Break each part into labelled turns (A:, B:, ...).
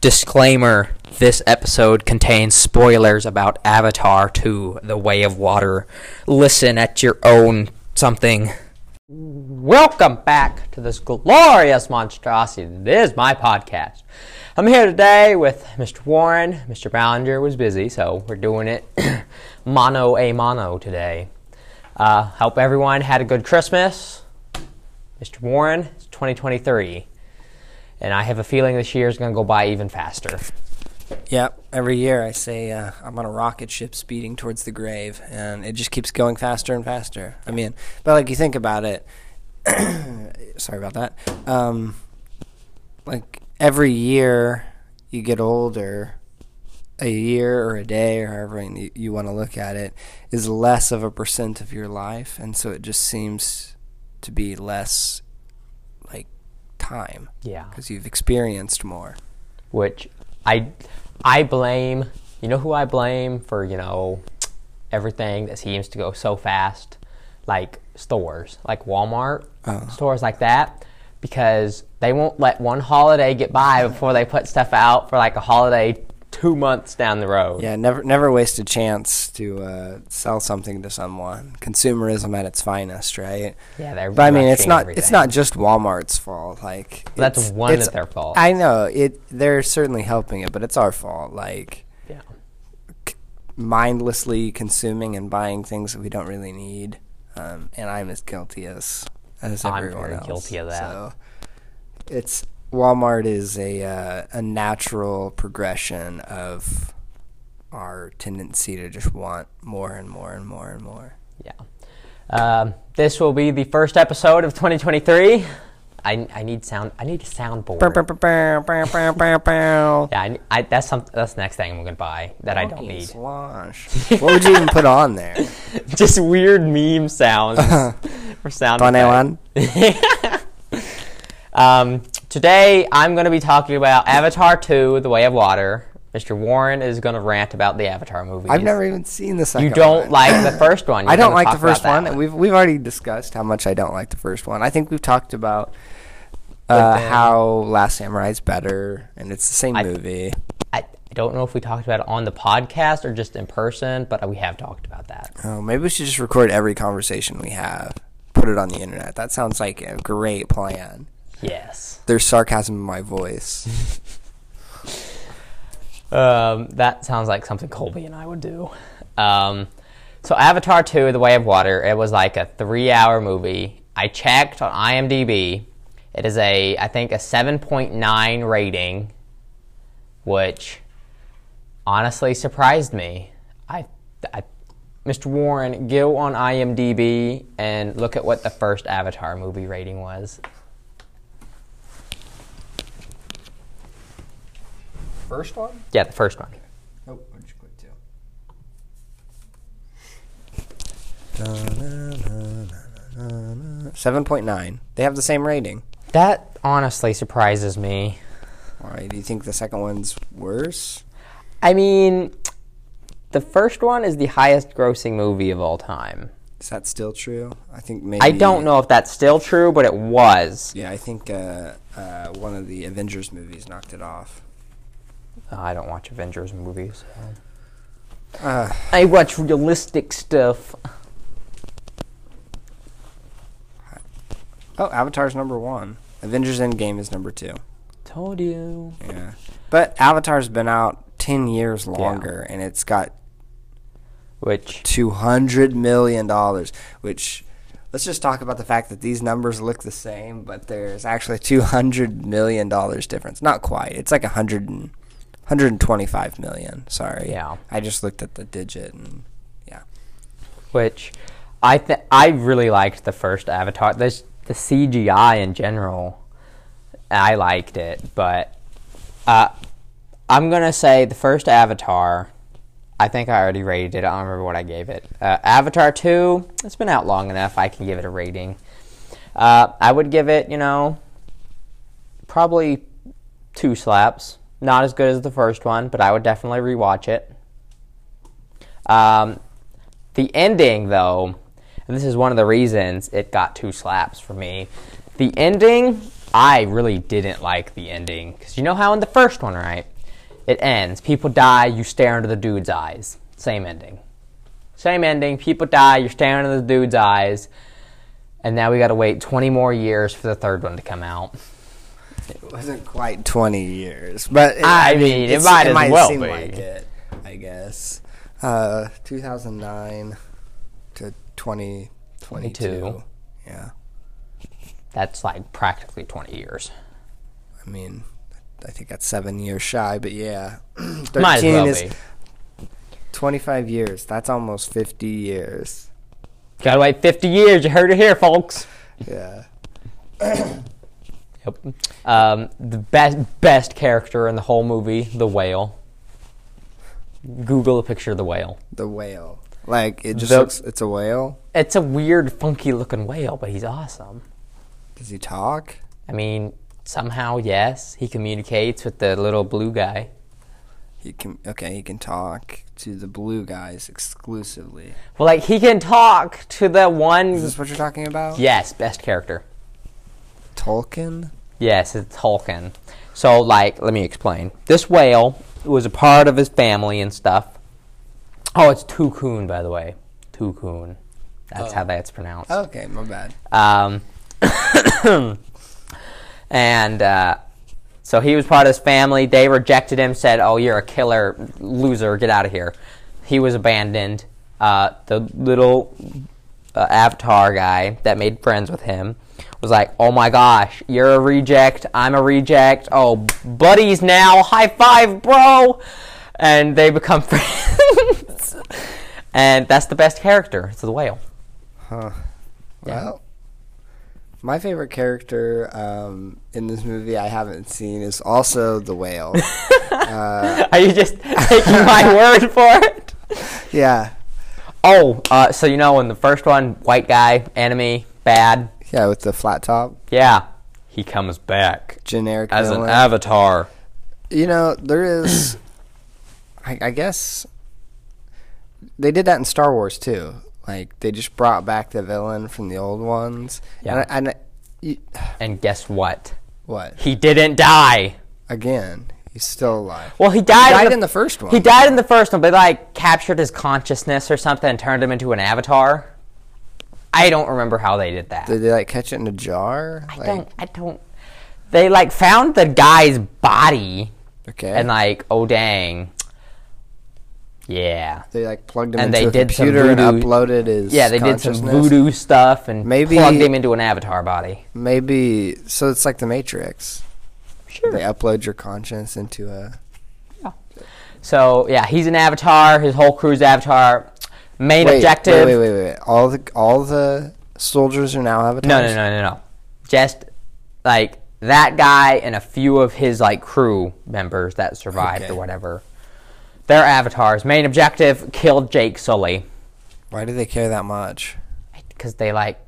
A: Disclaimer this episode contains spoilers about Avatar 2 The Way of Water. Listen at your own something. Welcome back to this glorious monstrosity that is my podcast. I'm here today with Mr. Warren. Mr. Ballinger was busy, so we're doing it mono a mono today. Uh, hope everyone had a good Christmas. Mr. Warren, it's 2023, and I have a feeling this year is going to go by even faster.
B: Yeah, every year I say uh, I'm on a rocket ship speeding towards the grave, and it just keeps going faster and faster. I mean, but like you think about it, sorry about that. Um, like every year you get older, a year or a day or however you, you want to look at it is less of a percent of your life, and so it just seems to be less like time
A: Yeah.
B: because you've experienced more.
A: which I I blame you know who I blame for you know everything that seems to go so fast like stores like Walmart
B: Uh-huh.
A: stores like that because they won't let one holiday get by before they put stuff out for like a holiday 2 months down the road.
B: Yeah, never never waste a chance to uh, sell something to someone. Consumerism at its finest, right?
A: Yeah, they're
B: But I mean, it's
A: rushing
B: not it's
A: everything.
B: not just Walmart's fault. Like
A: That's
B: it's-
A: one
B: it's-
A: of their fault.
B: I know it. They're certainly helping it, but it's our fault. Like
A: yeah.
B: mindlessly consuming and buying things that we don't really need, um, and I'm as guilty as as
A: I'm
B: everyone
A: very
B: else.
A: guilty of that.
B: So it's Walmart is a uh, a natural progression of our tendency to just want more and more and more and more.
A: Yeah. Um, this will be the first episode of 2023. I, I need sound I need a soundboard. Yeah, I, I, that's some, that's the next thing I'm gonna buy that I don't need.
B: Slosh. what would you even put on there?
A: Just weird meme sounds for sound.
B: Funny
A: effects.
B: one.
A: Um, today I'm gonna be talking about Avatar 2: The Way of Water. Mr. Warren is gonna rant about the Avatar movies.
B: I've never even seen the second.
A: You don't
B: one.
A: like the first one.
B: I
A: You're
B: don't
A: gonna
B: like the
A: talk about
B: first
A: that
B: one, and we've we've already discussed how much I don't like the first one. I think we've talked about uh,
A: then-
B: how Last Samurai is better, and it's the same
A: I-
B: movie.
A: I, I don't know if we talked about it on the podcast or just in person, but we have talked about that.
B: Oh, maybe we should just record every conversation we have, put it on the internet. That sounds like a great plan.
A: Yes.
B: There's sarcasm in my voice.
A: Um, that sounds like something Colby and I would do. Um, so Avatar 2, The Way of Water, it was like a three hour movie. I checked on IMDb. It is a, I think, a 7.9 rating, which honestly surprised me. I, I, Mr. Warren, go on IMDb and look at what the first Avatar movie rating was.
B: First one? Oh,
A: Yeah, the first one.
B: Nope, I just clicked two. Seven point nine. They have the same rating.
A: That honestly surprises me.
B: Why do you think the second one's worse?
A: I mean, the first one is the highest grossing movie of all time.
B: Is that still true? I think maybe.
A: I don't know if that's still true, but it was.
B: Yeah, I think uh, uh, one of the Avengers movies knocked it off.
A: Uh, I don't watch Avengers movies. so.
B: Uh,
A: I watch realistic stuff.
B: oh, Avatar's number one. Avengers Endgame is number two.
A: Told you.
B: Yeah, but Avatar's been out ten years longer, and it's got
A: Which
B: two hundred million dollars. Which, let's just talk about the fact that these numbers look the same, but there's actually two hundred million dollars difference. Not quite. It's like a hundred and hundred and twenty-five million. Sorry.
A: Yeah.
B: I just looked at the digit, and yeah.
A: which I th- I really liked the first Avatar. This the CGI in general, I liked it, but uh, I'm gonna say the first Avatar. I think I already rated it. I don't remember what I gave it. Uh, Avatar two. It's been out long enough. I can give it a rating. Uh, I would give it, you know, probably two slaps. Not as good as the first one, but I would definitely rewatch it. Um, the ending, though, and this is one of the reasons it got two slaps for me. The ending, I really didn't like the ending because you know how in the first one, right? It ends. People die. You stare into the dude's eyes. Same ending. Same ending. People die. You're staring into the dude's eyes. And now we got to wait 20 more years for the third one to come out.
B: It wasn't quite 20 years, but it,
A: I mean, it
B: it's-
A: might as
B: might
A: well
B: seem
A: be.
B: like it. I guess uh, 2009 to 2022.
A: 22.
B: Yeah,
A: That's like practically 20 years.
B: I mean, I think that's seven years shy, but yeah, 13
A: Might as well
B: is
A: be.
B: 25 years. That's almost 50 years.
A: Got to wait 50 years. You heard it here, folks.
B: Yeah.
A: Yep. Um, the best best character in the whole movie, the whale. Google a picture of the whale.
B: The whale. Like it just
A: The-
B: looks it's a whale.
A: It's a weird, funky looking whale, but he's awesome.
B: Does he talk?
A: I mean, somehow, yes, he communicates with the little blue guy.
B: He can okay, he can talk to the blue guys exclusively.
A: Well, like he can talk to the
B: Is
A: one.
B: this what you're talking about?
A: Yes, best character.
B: Tolkien?
A: Yes, it's Tolkien. So, like, let me explain. This whale was a part of his family and stuff. Oh, it's Tukun, by the way. Tukun. That's how that's pronounced.
B: Okay, my bad.
A: Um, and uh, so he was part of his family. They rejected him, said, Oh, you're a killer, loser, get out of here. He was abandoned. Uh, the little uh, avatar guy that made friends with him was like, Oh my gosh, you're a reject, I'm a reject. Oh, buddies now, high five, bro. And they become friends. and that's the best character. It's the whale. Yeah.
B: Well, my favorite character um, in this movie I haven't seen is also the whale.
A: Are you just taking my word for it?
B: yeah,
A: Oh, uh, so you know in the first one, white guy, enemy, bad.
B: yeah, with the flat top,
A: Yeah, he comes back
B: generic
A: as an
B: villain.
A: avatar.
B: you know there is I, I guess they did that in star wars too like they just brought back the villain from the old ones
A: Yeah.
B: and, I- and I- you,
A: And guess what?
B: what
A: He didn't die.
B: again he's still alive
A: Well, he died.
B: died in the first one.
A: He died in the first one, but like captured his consciousness or something and turned him into an avatar. I don't remember how they did that.
B: did they like catch it in a jar
A: I
B: like
A: don't. I don't. They like found the guy's body
B: okay
A: and like, oh dang, yeah.
B: they like plugged him
A: and
B: into
A: they
B: a
A: did some
B: computer and
A: voodoo-
B: uploaded his
A: Yeah, they did some
B: consciousness.
A: voodoo stuff and
B: Maybe-
A: plugged him into an avatar body.
B: maybe so it's like the matrix
A: Sure.
B: they upload your conscience into a
A: So yeah, he's an avatar. His whole crew's avatar. Main
B: wait,
A: objective.
B: wait wait wait wait all the all the soldiers are now avatars
A: No, no, no, no, no. Just like that guy and a few of his like crew members that survived
B: Okay.
A: or whatever. They're avatars. Main objective: kill Jake Sully
B: Why do they care that much?
A: because they like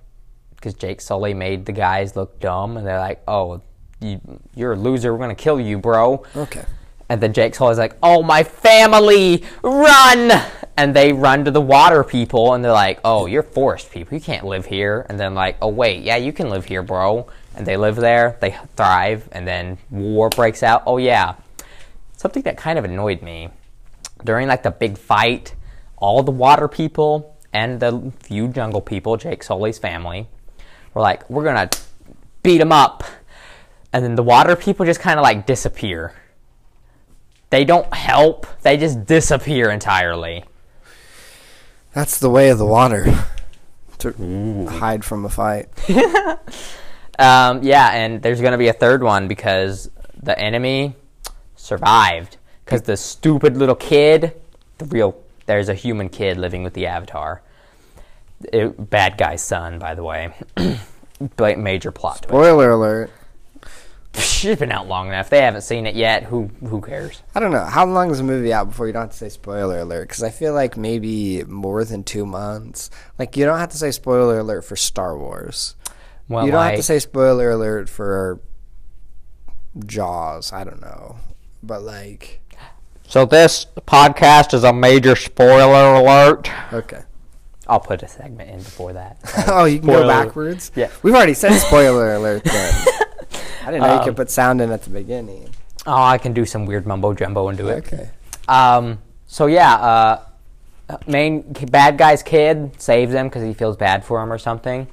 A: because Jake Sully made the guys look dumb, and they're like, "Oh, you, you're a loser. We're gonna kill you, bro."
B: Okay.
A: And then Jake's always like, "Oh, my family, run!" And they run to the water people, and they're like, "Oh, you're forest people. You can't live here." And then like, "Oh wait, yeah, you can live here, bro." And they live there. They thrive, and then war breaks out. Oh yeah, something that kind of annoyed me during like the big fight. All the water people and the few jungle people, Jake Sully's family, were like, "We're gonna beat him up," and then the water people just kind of like disappear they don't help they just disappear entirely
B: That's the way of the water. To hide from a fight.
A: um, yeah and there's going to be a third one because the enemy survived because the stupid little kid the real there's a human kid living with the avatar It- bad guy's son by the way Bla- major plot twist
B: Spoiler alert.
A: it's been out long enough they haven't seen it yet who who cares
B: I don't know. How long is the movie out before you don't have to say spoiler alert? Because I feel like maybe more than two months. Like, you don't have to say spoiler alert for Star Wars.
A: well
B: you don't have
A: like-
B: to say spoiler alert for Jaws. I don't know. But, like,
A: so this podcast is a major spoiler alert
B: okay.
A: i'll put a segment in before that
B: oh, you can
A: Spoiler.
B: go backwards?
A: Yeah.
B: We've already said spoiler alert then. I didn't know you
A: Um,
B: could put sound in at the beginning.
A: Oh, I can do some weird mumbo jumbo and do it.
B: Okay.
A: Um, so yeah, uh, main k- bad guy's kid saves him because he feels bad for him or something.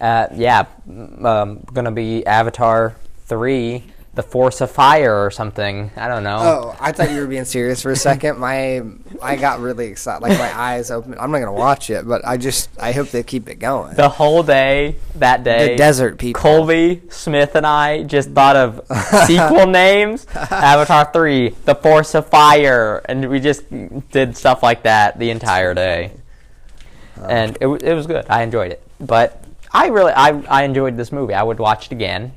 A: Uh, yeah, m- um, gonna be Avatar three, the Force of Fire or something. I don't know.
B: Oh, I thought you were being serious for a second. My, I got really excited. Like my eyes opened. I'm not gonna watch it, but I just, I hope they keep it going.
A: The whole day that day,
B: The desert people.
A: Colby Smith and I just thought of sequel names. Avatar three, the Force of Fire, and we just did stuff like that the entire day.
B: Uh.
A: and it, wa- it was good. I enjoyed it. But I really I, I enjoyed this movie. I would watch it again.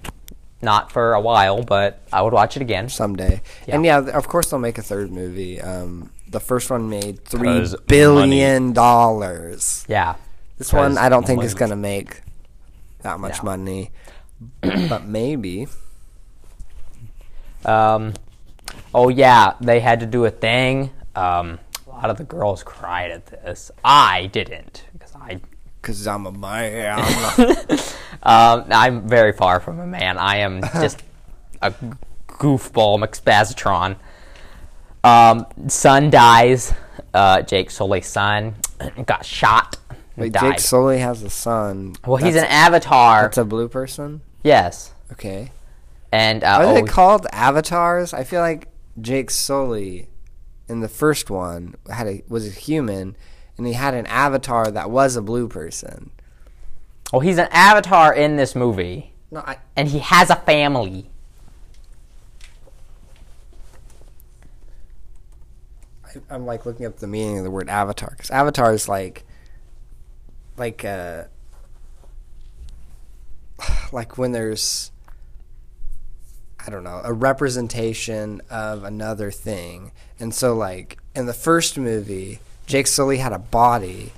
A: Not for a while, but I would watch it again.
B: someday.
A: Yeah.
B: And yeah, th- of course they'll make a third movie. Um, the first one made three
A: 'Cause
B: billion dollars.
A: Yeah.
B: This one
A: 'Cause
B: I don't think is
A: money.
B: gonna make that much
A: No.
B: money, but maybe.
A: Um, oh yeah, they had to do a thing. Um, a lot of the girls cried at this. I didn't because I
B: Cause I'm a man.
A: Um, I'm very far from a man. I am just a g- goofball McSpazitron. Um, son dies. Uh, Jake Sully's son got shot. and
B: Wait,
A: died.
B: Jake Sully has a son.
A: well, he's an
B: That's-
A: avatar.
B: That's a blue person.
A: yes.
B: Okay.
A: And uh,
B: Are
A: oh,
B: they called avatars? I feel like Jake Sully in the first one had a was a human, and he had an avatar that was a blue person.
A: oh, he's an avatar in this movie,
B: No, I,
A: and he has a family.
B: I- I'm like looking up the meaning of the word avatar because avatar is like, like uh, like when there's, I don't know, a representation of another thing, and so like in the first movie, Jake Sully had a body,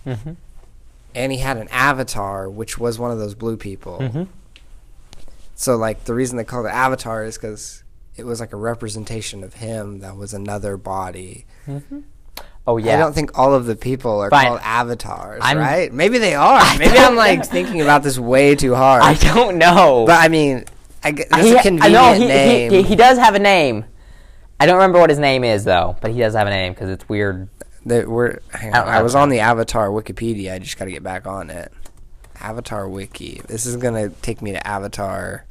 B: and he had an avatar, which was one of those blue people. So like the reason they called it avatar is because. It was like a representation of him that was another body.
A: Oh yeah.
B: I don't think all of the people are
A: Fine.
B: called avatars,
A: I'm-
B: right? Maybe they are. Maybe
A: don't
B: I'm like thinking about this way too hard.
A: I don't know.
B: but I mean, I, gu- that's
A: He-
B: a
A: I
B: convenient
A: know he,
B: name.
A: He, he, he does have a name. I don't remember what his name is though, but he does have a name because it's weird.
B: That we're, hang
A: I
B: on,
A: don't-
B: I
A: I
B: was
A: don't
B: on the Avatar Wikipedia. I just got to get back on it. Avatar Wiki. This is gonna take me to Avatar.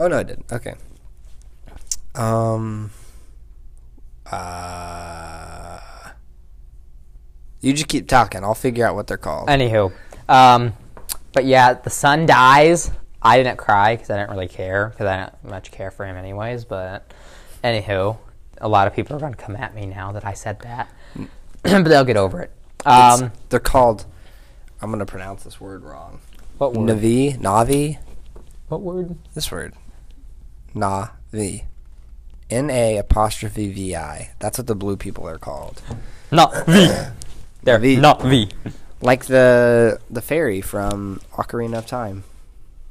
B: Oh no, it didn't. Okay. Um. Uh. You just keep talking. I'll figure out what they're called.
A: Anywho, um, but yeah, the son dies. I didn't cry because I didn't really care because I don't much care for him anyways. But anywho, a lot of people are going to come at me now that I said that, but they'll get over it.
B: It's-
A: Um,
B: they're called. I'm gonna pronounce this word wrong.
A: what word?
B: Navi, Navi.
A: what word?
B: This word, Navi, N A apostrophe V I. That's what the blue people are called.
A: Not V. There,
B: V.
A: not V.
B: Like the the fairy from Ocarina of Time,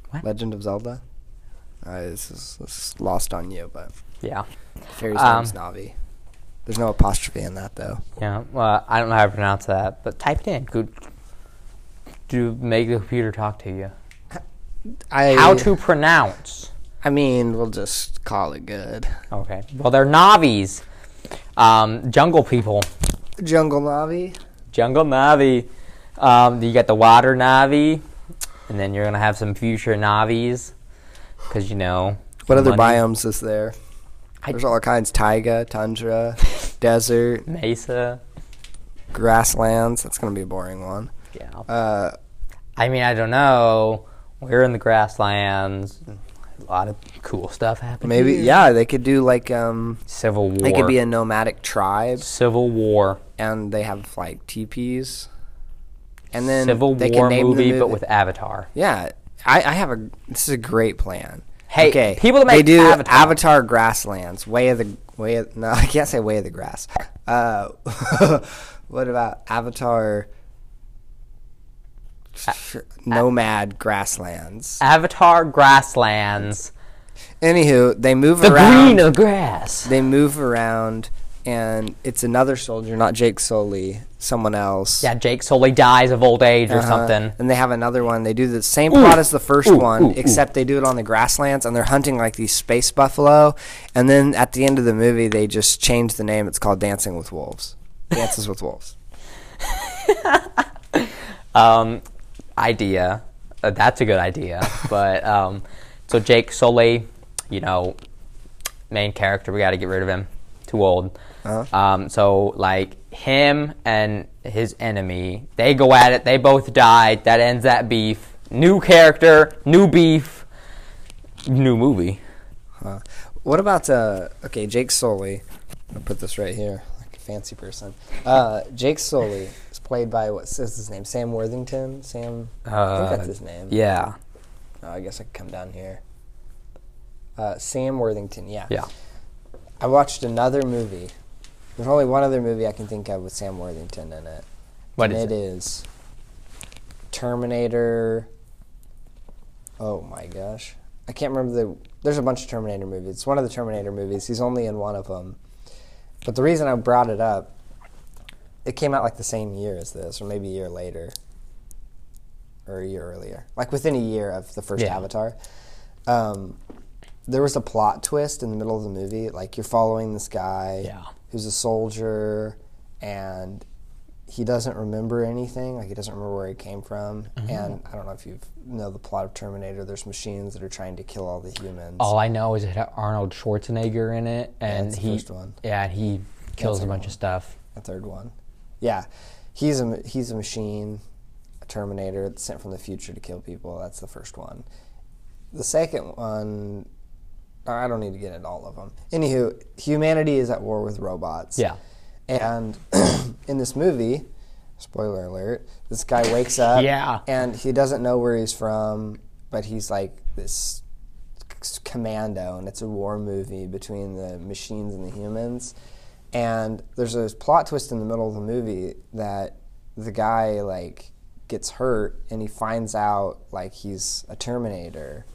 A: What?
B: Legend of Zelda. Uh, this, is, this is lost on you, but
A: Yeah,
B: the fairy's
A: Um,
B: name's Navi. There's no apostrophe in that though.
A: yeah. Well, I don't know how to pronounce that, but type it in. Go, do make the computer talk to you.
B: I
A: How to pronounce?
B: I mean, we'll just call it good.
A: Okay. Well, they're Navi's, um, jungle people.
B: Jungle Navi.
A: Jungle Navi. Um, you got the water Navi, and then you're gonna have some future Navis, because you know.
B: What other
A: money.
B: biomes is there?
A: I-
B: There's all kinds: taiga, tundra, desert,
A: Mesa.
B: grasslands. That's gonna be a boring one.
A: Yeah.
B: Uh,
A: I mean, I don't know. We're in the grasslands. A lot of cool stuff happening.
B: maybe yeah, they could do like um,
A: Civil War.
B: they could be a nomadic tribe,
A: Civil War.
B: and they have like teepees, and then
A: Civil
B: they
A: War
B: can name
A: movie,
B: the movie,
A: but with Avatar.
B: yeah. I, I have a this is a great plan.
A: Hey, people that
B: they
A: make
B: do
A: Avatar-
B: grasslands, way of the way. Of, no, I can't say way of the grass. Uh, what about Avatar? Nomad grasslands.
A: Avatar Grasslands.
B: Anywho, they move
A: The
B: around.
A: green of grass.
B: They move around and it's another soldier, not Jake Sully, someone else.
A: Yeah, Jake Sully dies of old age or
B: Uh-huh.
A: something.
B: And they have another one. They do the same plot as the first one, except they do it on the grasslands, and they're hunting like these space buffalo. And then at the end of the movie, they just change the name. It's called Dancing with Wolves. Dances with Wolves.
A: Um, idea. Uh, that's a good idea. but um, so Jake Sully, you know, main character. We got to get rid of him. Too old.
B: Uh-huh.
A: Um, so like him and his enemy, they go at it. They both die. That ends that beef. New character, new beef, new movie.
B: Huh. What about uh, okay, Jake Sully? I'll put this right here, like a fancy person. Uh, Jake Sully is played by what's what's his name? Sam Worthington. Sam. I
A: Uh,
B: think that's his name.
A: Yeah,
B: Oh, I guess I could come down here. Uh, Sam Worthington. Yeah.
A: yeah.
B: I watched another movie. There's only one other movie I can think of with Sam Worthington in it.
A: What
B: and
A: is
B: it is Terminator. Oh my gosh. I can't remember the. There's a bunch of Terminator movies. It's one of the Terminator movies. He's only in one of them. But the reason I brought it up, it came out like the same year as this, or maybe a year later, or a year earlier. Like within a year of the first
A: Yeah.
B: Avatar. Um, there was a plot twist in the middle of the movie. Like you're following this guy
A: Yeah.
B: who's a soldier and he doesn't remember anything. Like he doesn't remember where he came from. And I don't know if you know the plot of Terminator. There's machines that are trying to kill all the humans.
A: All I know is it had Arnold Schwarzenegger in it, and
B: that's the
A: he
B: first one.
A: yeah, and he kills a
B: second
A: bunch
B: one.
A: of stuff.
B: The third one, yeah, he's a ma- he's a machine, a Terminator that's sent from the future to kill people. That's the first one. The second one. I don't need to get into all of them. Anywho, humanity is at war with robots.
A: Yeah,
B: And in this movie, spoiler alert, this guy wakes up.
A: Yeah.
B: And he doesn't know where he's from, but he's like this c- commando, and it's a war movie between the machines and the humans. And there's this plot twist in the middle of the movie that the guy like gets hurt, and he finds out like he's a Terminator,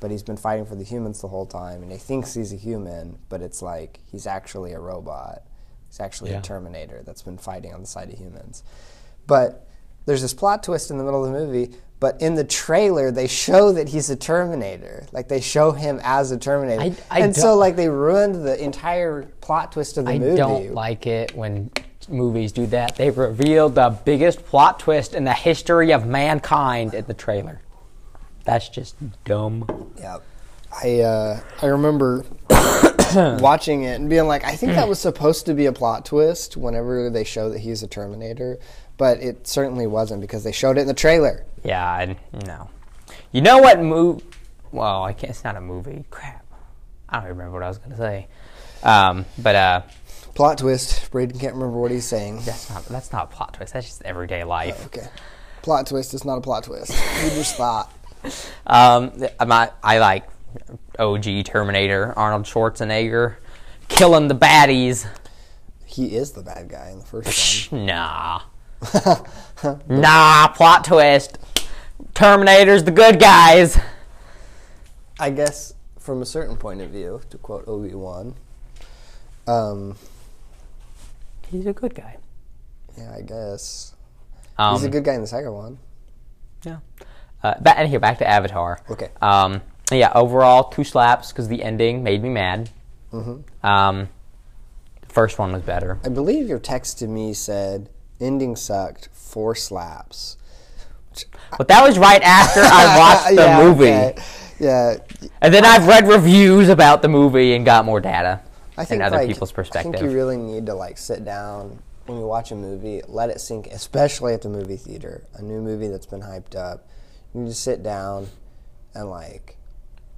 B: but he's been fighting for the humans the whole time, and he thinks he's a human, but it's like he's actually a robot. He's actually
A: Yeah.
B: a Terminator that's been fighting on the side of humans. But there's this plot twist in the middle of the movie. But in the trailer, they show that he's a Terminator. Like they show him as a Terminator,
A: I- I
B: and so
A: don't-
B: like they ruined the entire plot twist of the
A: I
B: movie.
A: don't like it when movies do that. They reveal the biggest plot twist in the history of mankind in the trailer. That's just dumb.
B: Yeah, I uh, I remember watching it and being like, I think that was supposed to be a plot twist. Whenever they show that he's a Terminator, but it certainly wasn't because they showed it in the trailer.
A: Yeah, and no. You know what move? Well, I can't. It's not a movie. Crap. I don't remember what I was gonna say. Um, but uh,
B: Plot twist. Braden can't remember what he's saying.
A: that's not that's not a plot twist. That's just everyday life.
B: Okay. Plot twist is not a plot twist. You just thought.
A: Um, th- my, I like OG Terminator, Arnold Schwarzenegger, killing the baddies.
B: He is the bad guy in the first
A: Nah. nah, plot twist. Terminator's the good guys.
B: one. I guess from a certain point of view, to quote Obi Wan, um,
A: He's a good guy.
B: yeah, I guess.
A: Um,
B: He's a good guy in the second one.
A: Yeah. Uh, back, and here, back to Avatar.
B: Okay.
A: Um, yeah, overall, two slaps because the ending made me mad. Mm-hmm. Um, the first one was better.
B: I believe your text to me said ending sucked, four slaps.
A: But that was right after I watched the
B: Yeah,
A: movie.
B: okay. Yeah.
A: And then I've read reviews about the movie and got more data
B: I think
A: and other
B: like,
A: people's
B: I think you
A: perspective.
B: really need to like sit down when you watch a movie, let it sink, especially at the movie theater. A new movie that's been hyped up. You need to sit down and like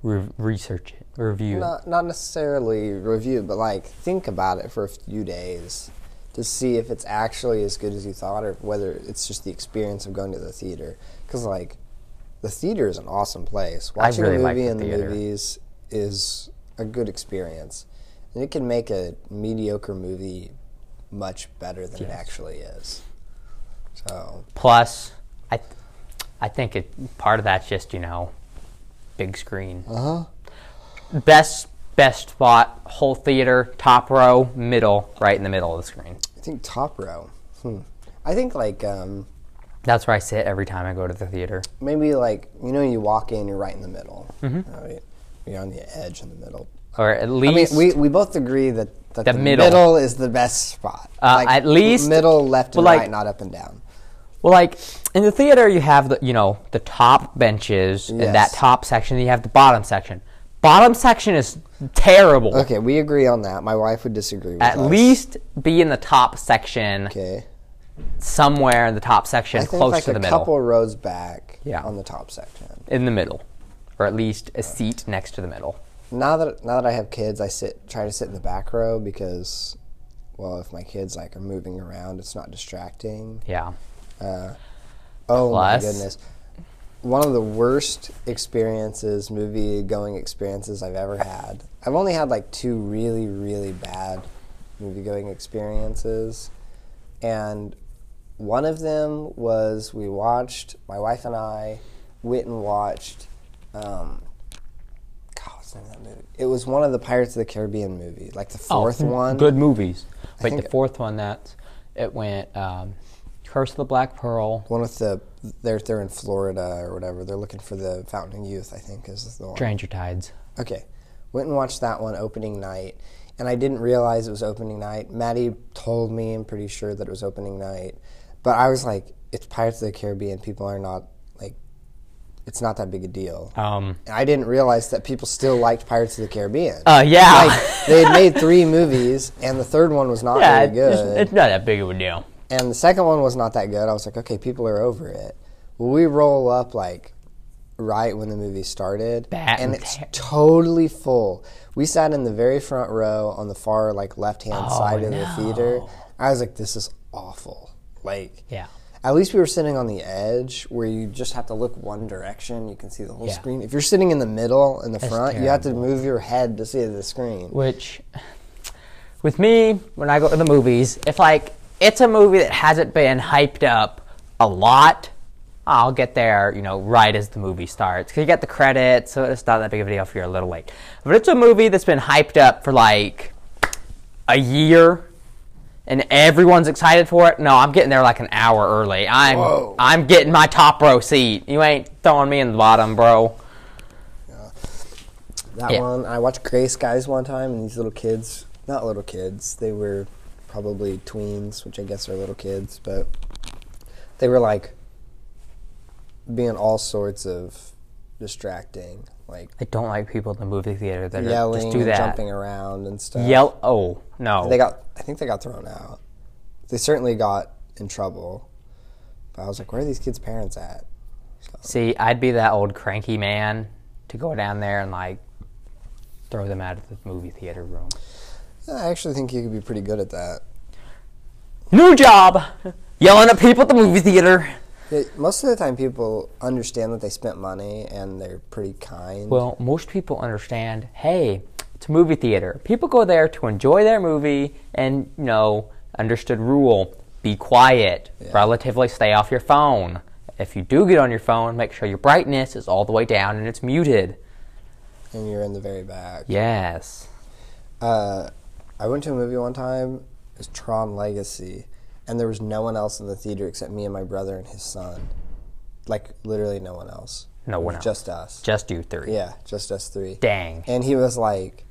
A: Re- research it, review.
B: not not necessarily review, but like think about it for a few days to see if it's actually as good as you thought, or whether it's just the experience of going to the theater. Because like, the theater is an awesome place. Watching
A: really
B: a
A: like
B: movie
A: the
B: in the
A: theater.
B: movies is a good experience, and it can make a mediocre movie much better than it actually is. So
A: Plus, I, th- I think
B: Uh-huh.
A: it, part of that's just you know, big screen. Uh huh. Best best spot, whole theater, top row, middle, right in the middle of the screen.
B: I think top row. Hmm. I think like um,
A: That's where I sit every time I go to the theater.
B: maybe like you know you walk in, you're right in the middle.
A: Mm-hmm.
B: Right? You're on the edge in the middle.
A: Or at
B: I mean,
A: least
B: we, we both agree that, that
A: The
B: the,
A: middle.
B: middle. is the best spot.
A: Uh, at least-
B: middle, left, and
A: well, like-
B: right, not up and down.
A: Well, like in the theater, you have the you know the top benches and that
B: Yes.
A: top section. Then you have the bottom section. Bottom section is terrible.
B: Okay, we agree on that. My wife would disagree. With
A: At
B: us.
A: least be in the top section
B: okay.
A: somewhere in the top section,
B: I think
A: close
B: like
A: to the
B: a
A: middle,
B: couple rows back.
A: Yeah.
B: on the top section.
A: in the middle, or at least a seat next to the middle.
B: Now that now that I have kids, I sit try to sit in the back row because, well, if my kids like are moving around, it's not distracting.
A: Yeah.
B: Oh
A: Plus-
B: my goodness. One of the worst experiences, movie going experiences I've ever had. I've only had like two really, really bad movie going experiences. And one of them was we watched, my wife and I went and watched, um, God, what's the name of that movie? It was one of the Pirates of the Caribbean movies, like the fourth one.
A: Oh, hmm. Good movies. But the
B: think-
A: fourth one that's it went um, Curse of the Black Pearl,
B: One with the they're they're in Florida or whatever. They're looking for the Fountain of Youth, I think, is the one.
A: Stranger Tides.
B: Okay, went and watched that one opening night, and I didn't realize it was opening night. Maddie told me, I'm pretty sure that it was opening night, but I was like, it's Pirates of the Caribbean. People are not like, it's not that big a deal.
A: Um,
B: And I didn't realize that people still liked Pirates of the Caribbean.
A: uh, yeah.
B: like they had made three movies, and the third one was not
A: yeah,
B: very good.
A: it's, it's not that big of a deal.
B: And the second one was not that good. I was like, okay, people are over it. Well, we roll up like right when the movie started,
A: That
B: and
A: and
B: it's
A: ter-
B: totally full. We sat in the very front row on the far like left hand
A: Oh,
B: side of the theater. I was like, this is awful. Like,
A: Yeah.
B: At least we were sitting on the edge where you just have to look one direction. You can see the whole
A: Yeah.
B: screen. If you're sitting in the middle in the front, you have to move your head to see the screen.
A: which with me when i go to the movies if like it's a movie that hasn't been hyped up a lot i'll get there you know right as the movie starts because you get the credits so it's not that big of a deal if you're a little late but it's a movie that's been hyped up for like a year and everyone's excited for it no i'm getting there like an hour early i'm
B: Whoa.
A: i'm getting my top row seat you ain't throwing me in the bottom bro
B: That
A: Yeah.
B: one. I watched Gray Skies one time, and these little kids, not little kids, they were probably tweens, which I guess are little kids, but they were like being all sorts of distracting, like
A: i don't like people in the movie theater that are
B: yelling
A: just do
B: and
A: that
B: jumping around and stuff.
A: Yell! Oh no!
B: They got, I think they got thrown out. They certainly got in trouble. But I was like, where are these kids' parents at?
A: See, I'd be that old cranky man to go down there and like throw them out of the movie theater room.
B: I actually think you could be pretty good at that.
A: New job, yelling at people at the movie theater.
B: Yeah, most of the time, people understand that they spent money and they're pretty kind.
A: Well, most people understand. Hey, it's a movie theater. People go there to enjoy their movie, and you know, understood rule: be quiet. Relatively, stay off your phone. If you do get on your phone, make sure your brightness is all the way down and it's muted.
B: and you're in the very back.
A: Yes.
B: Uh, I went to a movie one time. It was Tron Legacy, and there was no one else in the theater except me and my brother and his son. Like literally no one else.
A: No one
B: It was
A: else.
B: Just us.
A: Just you three.
B: yeah, just us three.
A: Dang.
B: And he was like,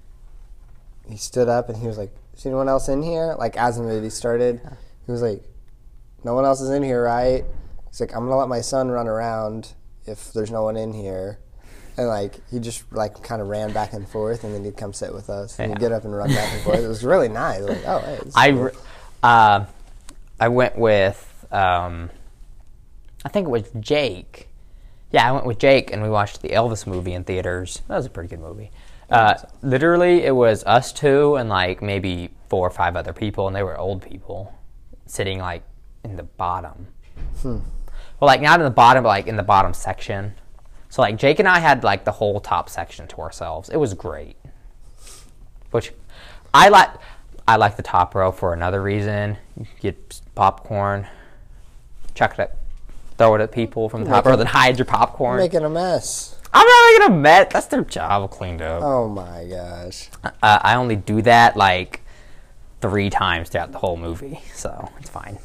B: he stood up and he was like, "Is anyone else in here?" Like as the movie started, he was like, "No one else is in here, right?" He's like, "I'm gonna let my son run around if there's no one in here." And like he just like kind of ran back and forth, and then he'd come sit with us, and he'd get up and run back and forth. It was really nice. Like, oh, hey, this-
A: I, re- uh, I went with, um, I think it was Jake. Yeah, I went with Jake and we watched the Elvis movie in theaters. That was a pretty good movie. Uh, literally, it was us two and like maybe four or five other people, and they were old people sitting like in the bottom. Well, like not in the bottom, but like in the bottom section. So like Jake and I had like the whole top section to ourselves. It was great which I like. I like the top row for another reason. You get popcorn, chuck it, at, throw it at people from the top row, then hide your popcorn.
B: making a mess.
A: I'm not making a mess. That's their job, cleaned up.
B: Oh my gosh.
A: Uh, I only do that like three times throughout the whole movie, so it's fine.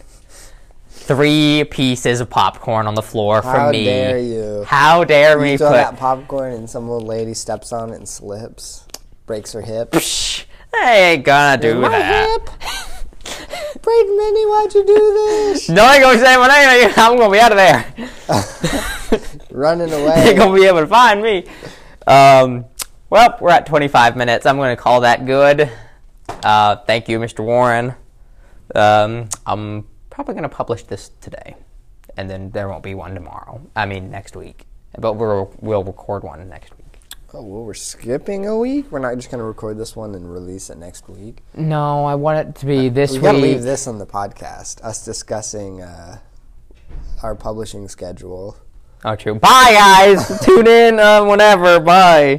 A: Three pieces of popcorn on the floor for
B: How
A: me.
B: dare you.
A: How dare me
B: You
A: put?
B: throw that popcorn and some little lady steps on it and slips, breaks her hip.
A: Psh, I ain't gonna do
B: My
A: that.
B: hip! Braid Minnie, why'd you do this?
A: No, I ain't gonna say my name. I'm gonna be out of there.
B: Running
A: They're
B: away.
A: gonna be able to find me. Um, well, we're at 25 minutes. I'm gonna call that good. Uh, thank you, Mr. Warren. Um, I'm probably gonna publish this today, and then there won't be one tomorrow. I mean, next week. But we'll we'll record one next week.
B: Oh, well, we're skipping a week. We're not just gonna record this one and release it next week.
A: No, I want it to be this
B: We gotta leave this on the podcast. Us discussing uh, our publishing schedule.
A: Oh, true. Bye, guys. Tune in uh, whenever. Bye.